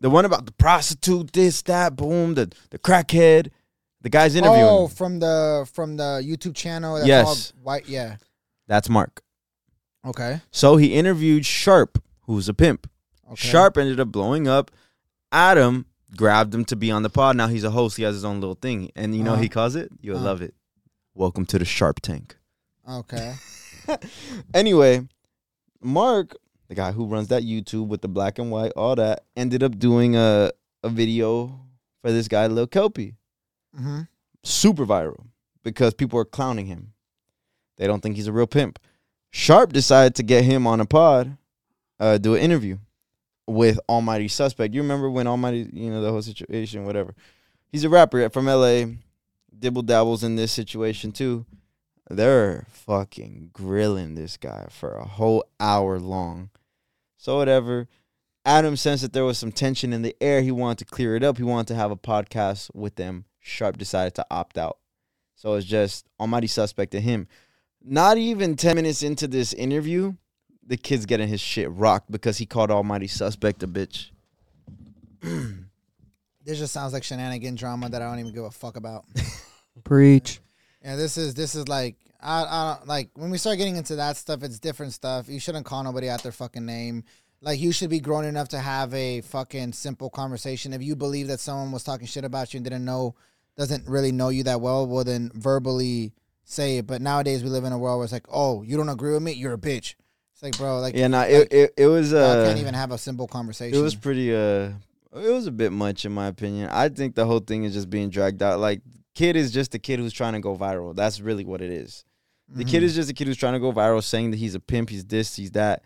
S3: The one about the prostitute, this, that, boom, the, the crackhead, the guy's interviewing.
S1: Oh,
S3: him.
S1: from the from the YouTube channel. That's
S3: Yes.
S1: All white. Yeah.
S3: That's Mark.
S1: Okay.
S3: So he interviewed Sharp, who was a pimp.
S1: okay.
S3: Sharp ended up blowing up. Adam grabbed him to be on the pod. Now he's a host. He has his own little thing. And you know
S1: Uh-huh.
S3: he calls it? You'll
S1: Uh-huh.
S3: love it. Welcome to the Sharp Tank.
S1: Okay.
S3: Anyway, Mark, the guy who runs that YouTube with the black and white, all that, ended up doing a, a video for this guy, Lil Kelpie.
S1: hmm
S3: super viral because people are clowning him. They don't think he's a real pimp. Sharp decided to get him on a pod, uh, do an interview with Almighty Suspect. You remember when Almighty, you know, the whole situation, whatever. He's a rapper from LA, dibble dabbles in this situation too. They're fucking grilling this guy for a whole hour long. So, whatever. Adam sensed that there was some tension in the air. He wanted to clear it up. He wanted to have a podcast with them. Sharp decided to opt out. So it's just almighty suspect to him. Not even 10 minutes into this interview, the kid's getting his shit rocked because he called almighty suspect a bitch.
S1: This just sounds like shenanigan drama that I don't even give a fuck about.
S4: Preach.
S1: Yeah, this is this is like I I don't like when we start getting into that stuff. It's different stuff. You shouldn't call nobody out their fucking name. Like you should be grown enough to have a fucking simple conversation. If you believe that someone was talking shit about you and didn't know, doesn't really know you that well, well then verbally say it. But nowadays we live in a world where it's like, oh, you don't agree with me, you're a bitch. It's like, bro, like
S3: Yeah, nah, it, it, it was
S1: I
S3: uh,
S1: can't even have a simple conversation.
S3: It was pretty uh it was a bit much in my opinion. I think the whole thing is just being dragged out. Like kid is just a kid who's trying to go viral. That's really what it is. The
S4: Mm-hmm.
S3: kid is just a kid who's trying to go viral saying that he's a pimp, he's this, he's that.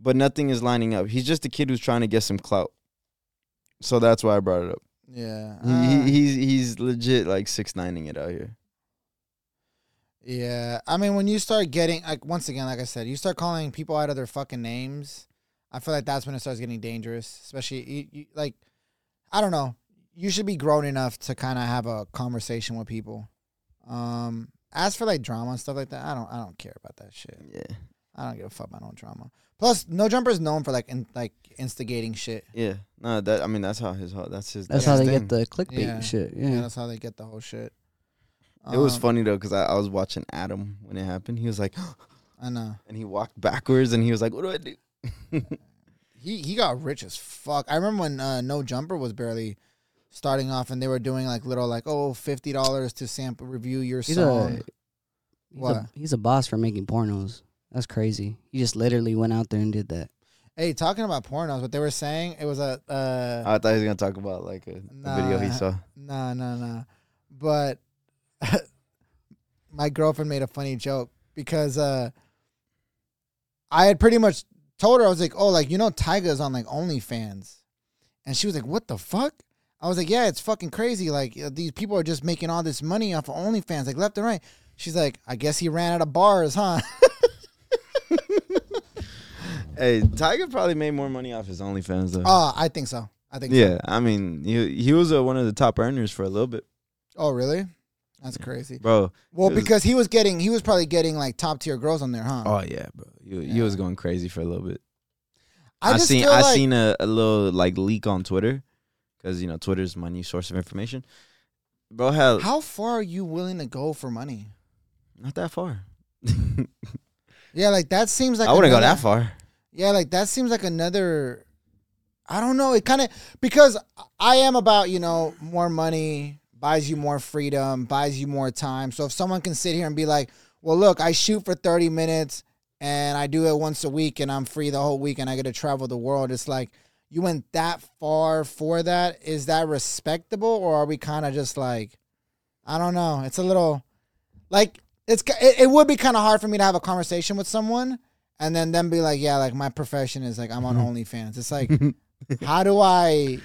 S3: But nothing is lining up. He's just a kid who's trying to get some clout. So that's why I brought it up.
S1: yeah.
S3: He-
S1: uh,
S4: Ah.
S3: he, he's he's legit like six nining it out here.
S1: Yeah, I mean, when you start getting like once again, like I said, you start calling people out of their fucking names. I feel like that's when it starts getting dangerous, especially you, you, like I don't know. You should be grown enough to kind of have a conversation with people. Um, as for like drama and stuff like that, I don't, I don't care about that shit.
S3: Yeah.
S1: I don't give a fuck about no drama. Plus, No Jumper is known for like in, like instigating shit.
S3: Yeah. No, that I mean that's how his whole- that's his
S4: That's
S1: Yeah.
S4: how they
S3: his
S4: get
S3: thing.
S4: the clickbait
S1: Yeah.
S4: shit.
S1: Yeah,
S4: Yeah.
S1: that's how they get the whole shit.
S3: It was
S1: Um,
S3: funny though, because I, I was watching Adam when it happened. He was like
S1: I know.
S3: and he walked backwards and he was like, "What do I do?"
S1: he he got rich as fuck. I remember when uh, No Jumper was barely starting off, and they were doing like little like oh fifty dollars to sample review your
S4: He's
S1: song.
S4: a he's,
S1: What?
S4: a he's a boss for making pornos. That's crazy. He just literally went out there and did that.
S1: hey, talking about pornos, what they were saying it was a uh,
S3: I thought he was gonna talk about like a, a video he
S1: Nah.
S3: saw.
S1: no no no, but my girlfriend made a funny joke because uh, I had pretty much told her I was like oh like you know Tyga's on like OnlyFans, and she was like what the fuck. I was like, yeah, it's fucking crazy. Like uh, these people are just making all this money off of OnlyFans, like left and right. She's like, I guess he ran out of bars, huh?
S3: Hey, Tiger probably made more money off his OnlyFans though.
S1: oh, I think so. I think. So.
S3: yeah, I mean, he he was uh, one of the top earners for a little bit,
S1: Oh, really? That's crazy.
S3: bro.
S1: Well,
S3: It was-
S1: because he was getting, he was probably getting like top tier girls on there, huh?
S3: Oh yeah, bro. You you was going crazy for a little bit.
S1: I just
S3: seen
S1: feel
S3: I
S1: like,
S3: seen a, a little like leak on Twitter because you know Twitter's my new source of information. Bro, hell,
S1: how far are you willing to go for money?
S3: not that far.
S1: Yeah, like that seems like
S3: I wouldn't go
S1: another-
S3: that far.
S1: Yeah, like that seems like another. I don't know. It kind of because I am about you know more money buys you more freedom, buys you more time. So if someone can sit here and be like, "Well, look, I shoot for thirty minutes and I do it once a week and I'm free the whole week and I get to travel the world," it's like you went that far for that. Is that respectable or are we kind of just like, I don't know. It's a little like it's ki- it, it would be kind of hard for me to have a conversation with someone and then them be like, yeah, like my profession is like I'm
S3: Mm-hmm.
S1: on OnlyFans. It's like, how do I?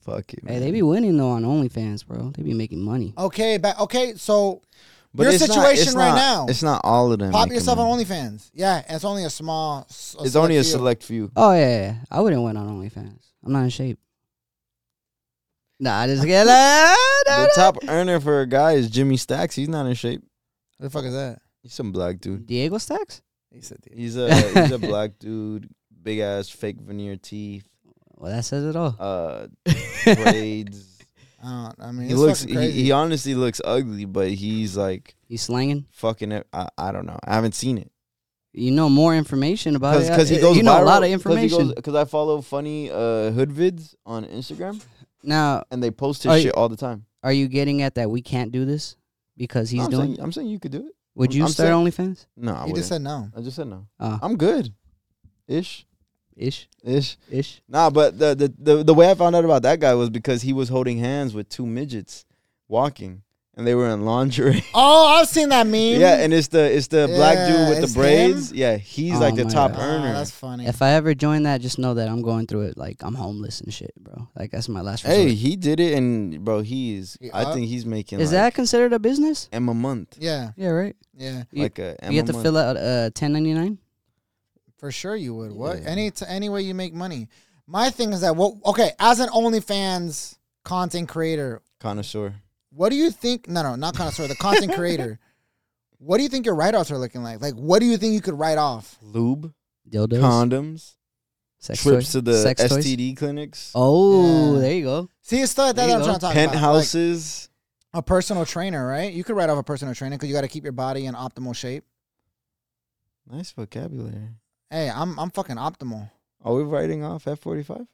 S3: Fuck it, man.
S4: Hey, they be winning though on OnlyFans, bro. They be making money.
S1: Okay, back. Okay, so
S3: But
S1: your
S3: it's not-
S1: situation
S3: it's
S1: right
S3: not-
S1: now.
S3: It's not all of them.
S1: pop
S3: making
S1: yourself on
S3: money.
S1: OnlyFans. Yeah, and it's only a small. s-
S3: It's only a
S1: few.
S3: select few.
S4: Oh yeah, yeah, yeah. I wouldn't win on OnlyFans. I'm not in shape. Nah, just get the
S3: The top earner for a guy is Jimmy Stacks. He's not in shape.
S1: What the fuck is that?
S3: He's some black dude.
S4: Diego Stacks.
S1: He said the-
S3: He's a he's a black dude, big ass fake veneer teeth,
S4: Well, that says it all.
S3: uh braids.
S1: I don't. I mean,
S3: he
S1: it's
S3: looks
S1: fucking
S3: he,
S1: crazy.
S3: he honestly looks ugly, but he's like
S4: He's slanging.
S3: fucking it. I, I don't know. I haven't seen it
S4: You know more information about it.
S3: because he
S4: Uh,
S3: goes
S4: You know
S3: viral,
S4: a lot of
S3: 'cause he goes-
S4: information.
S3: Cause I follow funny uh, hood vids on Instagram,
S4: Now,
S3: and they post his
S4: Are you-
S3: shit all the time.
S4: are you getting at that we can't do this because he's
S3: I'm
S4: doing?
S3: Saying, I'm saying you could do it.
S4: would
S3: I'm-
S4: you
S3: I'm
S4: start
S3: saying-
S4: OnlyFans?
S3: No, I
S1: He
S3: wouldn't.
S1: just said no.
S3: I just said no.
S4: Uh,
S3: I'm good, ish,
S4: ish,
S3: ish.
S4: ish.
S3: Nah, but the, the the the way I found out about that guy was because he was holding hands with two midgets walking, and they were in lingerie.
S1: Oh, I've seen that meme.
S3: yeah, and it's the it's the black
S1: Yeah,
S3: dude with
S1: it's
S3: the braids. Yeah, he's like
S4: Oh
S3: the
S4: my
S3: top
S4: God.
S1: Ah,
S3: earner.
S1: That's funny.
S4: If I ever join that, just know that I'm going through it. Like I'm homeless and shit, bro. Like that's my last.
S3: hey,
S4: resort.
S3: he did it, and bro, he is.
S1: He
S3: I
S1: up?
S3: think he's making
S4: is
S3: like
S4: that considered a business?
S3: M a month,
S1: yeah,
S4: Yeah, right.
S1: yeah,
S4: You-
S3: like a M
S4: you
S3: a
S4: have to
S3: month.
S4: fill out uh 1099.
S1: for sure you would. What
S3: Yeah.
S1: any t- any way you make money. My thing is that what okay as an OnlyFans content creator,
S3: connoisseur.
S1: what do you think? No, no, not connoisseur. The content creator. What do you think your write offs are looking like? Like, what do you think you could write off?
S3: Lube,
S4: Dildos,
S3: condoms,
S4: sex
S3: trips
S4: toys,
S3: to the
S4: sex toys.
S3: STD clinics,
S4: Oh,
S1: Yeah.
S4: there you go.
S1: See, it's stuff that,
S4: There you
S1: I'm
S4: go.
S1: trying to talk about. Like,
S3: penthouses.
S1: a personal trainer, right? You could write off a personal trainer because you got to keep your body in optimal shape.
S3: nice vocabulary.
S1: Hey, I'm I'm fucking optimal.
S3: Are we writing off F forty five?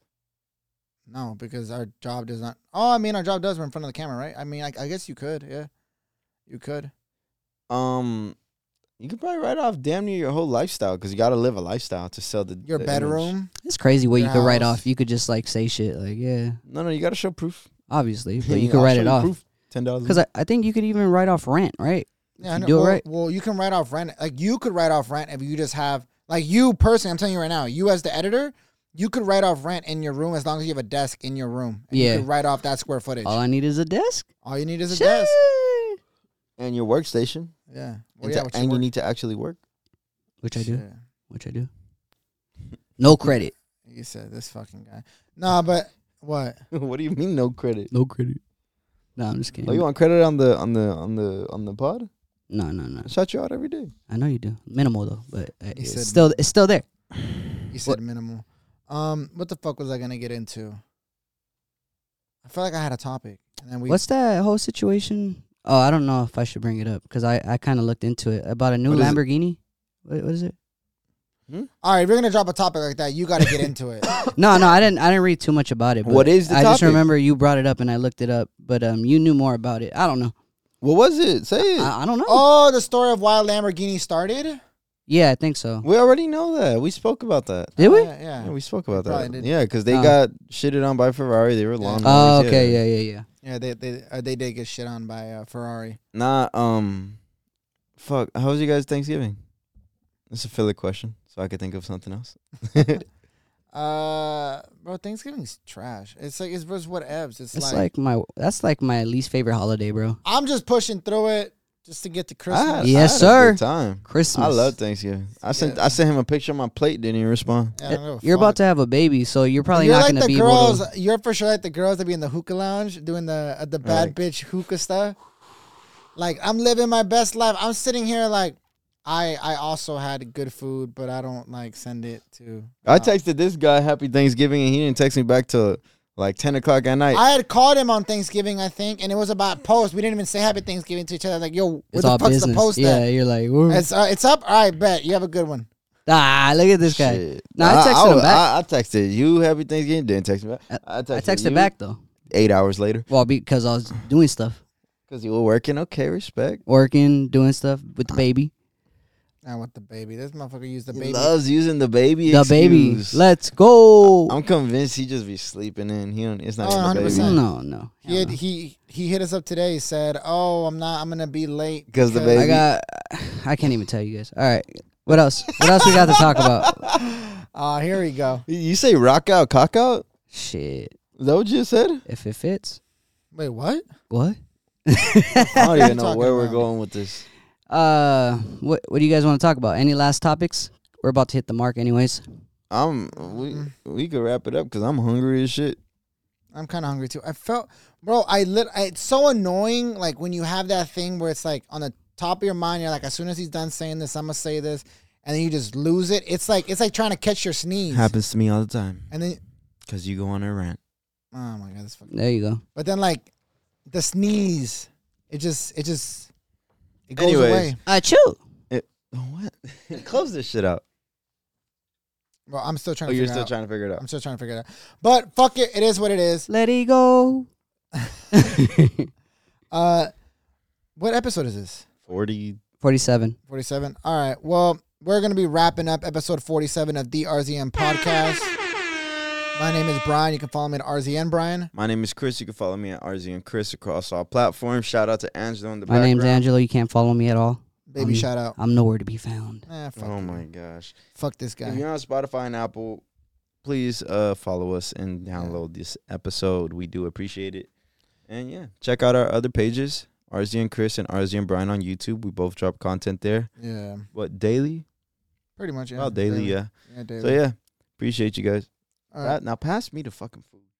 S1: No, because our job does not. Oh, I mean, our job does. We're in front of the camera, right? I mean, I, I guess you could. Yeah, you could.
S3: Um, you could probably write off damn near your whole lifestyle because you got to live a lifestyle to sell the
S1: Your
S3: the image.
S1: bedroom.
S4: It's crazy what
S1: Your
S4: you could write
S1: house.
S4: off. You could just like say shit like, yeah,
S3: No, no, you got to show proof.
S4: obviously, but
S3: Yeah,
S4: you could
S3: I'll
S4: write
S3: show
S4: it
S3: you
S4: off.
S3: proof. Ten dollars.
S4: Because I, I think you could even write off rent, right?
S1: Yeah, I
S4: you
S1: know.
S4: do it
S1: well,
S4: right.
S1: Well, you can write off rent. Like you could write off rent if you just have like you personally. I'm telling you right now, you as the editor, you could write off rent in your room as long as you have a desk in your room. And
S4: Yeah.
S1: you could write off that square footage.
S4: All I need is a desk.
S1: All you need is a
S4: Shit.
S1: desk.
S3: and your workstation,
S1: Yeah. Well,
S3: and,
S1: yeah.
S3: to-
S1: which
S3: and you
S1: work-
S3: need to actually work.
S4: Which I do.
S1: Shit.
S4: Which I do. No credit.
S1: You said this fucking guy. Nah, but what?
S3: what do you mean no credit?
S4: No credit. No, I'm just kidding.
S3: Oh, you want credit on the on the on the on the pod?
S4: no, no, no.
S3: I shout you out every day.
S4: I know you do. Minimal though, but uh,
S1: He
S4: it's
S1: said-
S4: still it's still there.
S1: You said minimal. Um, what the fuck was I gonna get into? I feel like I had a topic, and then we.
S4: What's that whole situation? Oh, I don't know if I should bring it up because I, I kind of looked into it about a new
S3: What is it?
S4: Lamborghini. What, what is it?
S1: All right, if you're gonna drop a topic like that, you gotta get into it.
S4: No, no, I didn't. I didn't read too much about it. But
S3: What is the
S4: I just
S3: topic?
S4: remember you brought it up and I looked it up, but um, you knew more about it. I don't know.
S3: What was it? Say it.
S4: I, I don't know.
S1: Oh, the story of why Lamborghini started.
S4: Yeah, I think so.
S3: we already know that. We spoke about that.
S4: Did we?
S1: Yeah, yeah,
S3: Yeah, we spoke about
S1: probably
S3: that.
S1: did.
S3: Yeah, because they
S4: Oh.
S3: got shitted on by Ferrari. They were long.
S4: Oh, okay. Yeah, yeah, yeah.
S1: Yeah, They they uh, they did get shit on by uh, Ferrari.
S3: Nah, um, fuck. How was you guys Thanksgiving? That's a filler question, so I could think of something else.
S1: Uh, bro, Thanksgiving's trash. It's like it's just what ebbs. It's,
S4: That's
S1: like,
S4: like my that's like my least favorite holiday, bro.
S1: I'm just pushing through it just to
S4: Ah,
S1: get to Christmas.
S3: I had-
S4: Yes,
S3: I had a
S4: sir.
S3: good time.
S4: Christmas.
S3: I love Thanksgiving. I sent
S1: Yeah.
S3: I sent him a picture of my plate. Didn't he respond?
S1: Yeah, I don't give a
S4: You're
S1: fuck.
S4: about to have a baby, so you're probably
S1: you're
S4: not
S1: like
S4: gonna
S1: the
S4: be
S1: girls.
S4: able to.
S1: You're for sure like the girls that be in the hookah lounge doing the uh, the bad
S3: Right.
S1: bitch hookah stuff. Like I'm living my best life. I'm sitting here like I I also had good food, but I don't like send it to.
S3: I texted this guy Happy Thanksgiving, and he didn't text me back till like ten o'clock at night.
S1: I had called him on Thanksgiving, I think, and it was about post. We didn't even say happy Thanksgiving to each other. Like, yo, where
S4: It's
S1: the
S4: all
S1: fuck's the
S4: business.
S1: post
S4: yeah,
S1: at?
S4: you're like, "Ooh."
S1: It's uh, it's up. All right, bet you have a good one.
S4: ah, look at this guy.
S3: Shit.
S4: No, I texted him
S3: was-
S4: back. Uh,
S3: I, I texted you Happy Thanksgiving. Didn't text me back. I texted,
S4: I, texted
S3: you
S4: back though.
S3: eight hours later
S4: Well, because I was doing stuff,
S3: because you were working. Okay, respect.
S4: working, doing stuff with the baby.
S1: I want the baby. This motherfucker used the
S3: He
S1: baby.
S3: loves using the baby.
S4: The baby.
S3: excuse.
S4: Let's go.
S3: I'm convinced he just be sleeping in. He don't. It's
S1: Oh,
S3: not even a baby
S1: 100%.
S4: no, no.
S1: He, had, he he hit us up today. He said, "Oh, I'm not. I'm gonna be late
S3: because the
S4: I
S3: baby.
S4: got. I can't even tell you guys. All right. What else? What else we got to talk about?
S1: Ah, here we go.
S3: you say rock out, cock out.
S4: Shit.
S3: Is that what you just said?
S4: If it fits.
S1: Wait, what?
S4: What?
S3: I don't even know
S1: Talking
S3: where we're
S1: about-
S3: going with this.
S4: Uh, what what do you guys want to talk about? Any last topics? We're about to hit the mark, anyways. Mm.
S3: I'm we we could wrap it up because I'm hungry as shit.
S1: I'm kind of hungry too. I felt, bro. I lit. I, it's so annoying. Like when you have that thing where it's like on the top of your mind, you're like, as soon as he's done saying this, I'm gonna say this, and then you just lose it. It's like it's like trying to catch your sneeze.
S3: Happens to me all the time
S1: And then,
S3: because you go on a rant.
S1: oh my god, this fucking.
S4: There you go.
S1: But then like, the sneeze, it just it just it goes
S3: Anyways.
S1: away.
S4: I chew. Oh,
S3: What? Close this shit out.
S1: Well, I'm still trying.
S3: Oh,
S1: to
S3: you're
S1: figure it
S3: still
S1: out.
S3: trying to figure it
S1: I'm
S3: out.
S1: still trying to figure it out. But fuck it, it is what it is.
S4: Let it go.
S1: Uh, what episode is this?
S3: Forty.
S4: Forty-seven.
S1: 47. All right. Well, we're going to be wrapping up episode 47 of the RZN podcast. My name is Brian. You can follow me at RZN Brian.
S3: My name is Chris. You can follow me at RZ and Chris across all platforms. Shout out to Angelo in the
S4: My name's
S3: background.
S4: Angelo. You can't follow me at all.
S1: Baby
S4: Um,
S1: shout out.
S4: I'm nowhere to be found.
S1: Eh, fuck,
S3: Oh my gosh.
S1: fuck this
S3: If
S1: guy.
S3: you're on Spotify and Apple, please uh, follow us and download this episode. We do appreciate it. And yeah, check out our other pages, RZ and Chris and RZ and Brian on YouTube. We both drop content there.
S1: Yeah.
S3: What daily?
S1: Pretty much. Yeah.
S3: About daily, yeah.
S1: Yeah, daily.
S3: So yeah, appreciate you guys.
S1: All right.
S3: Now pass me the fucking food.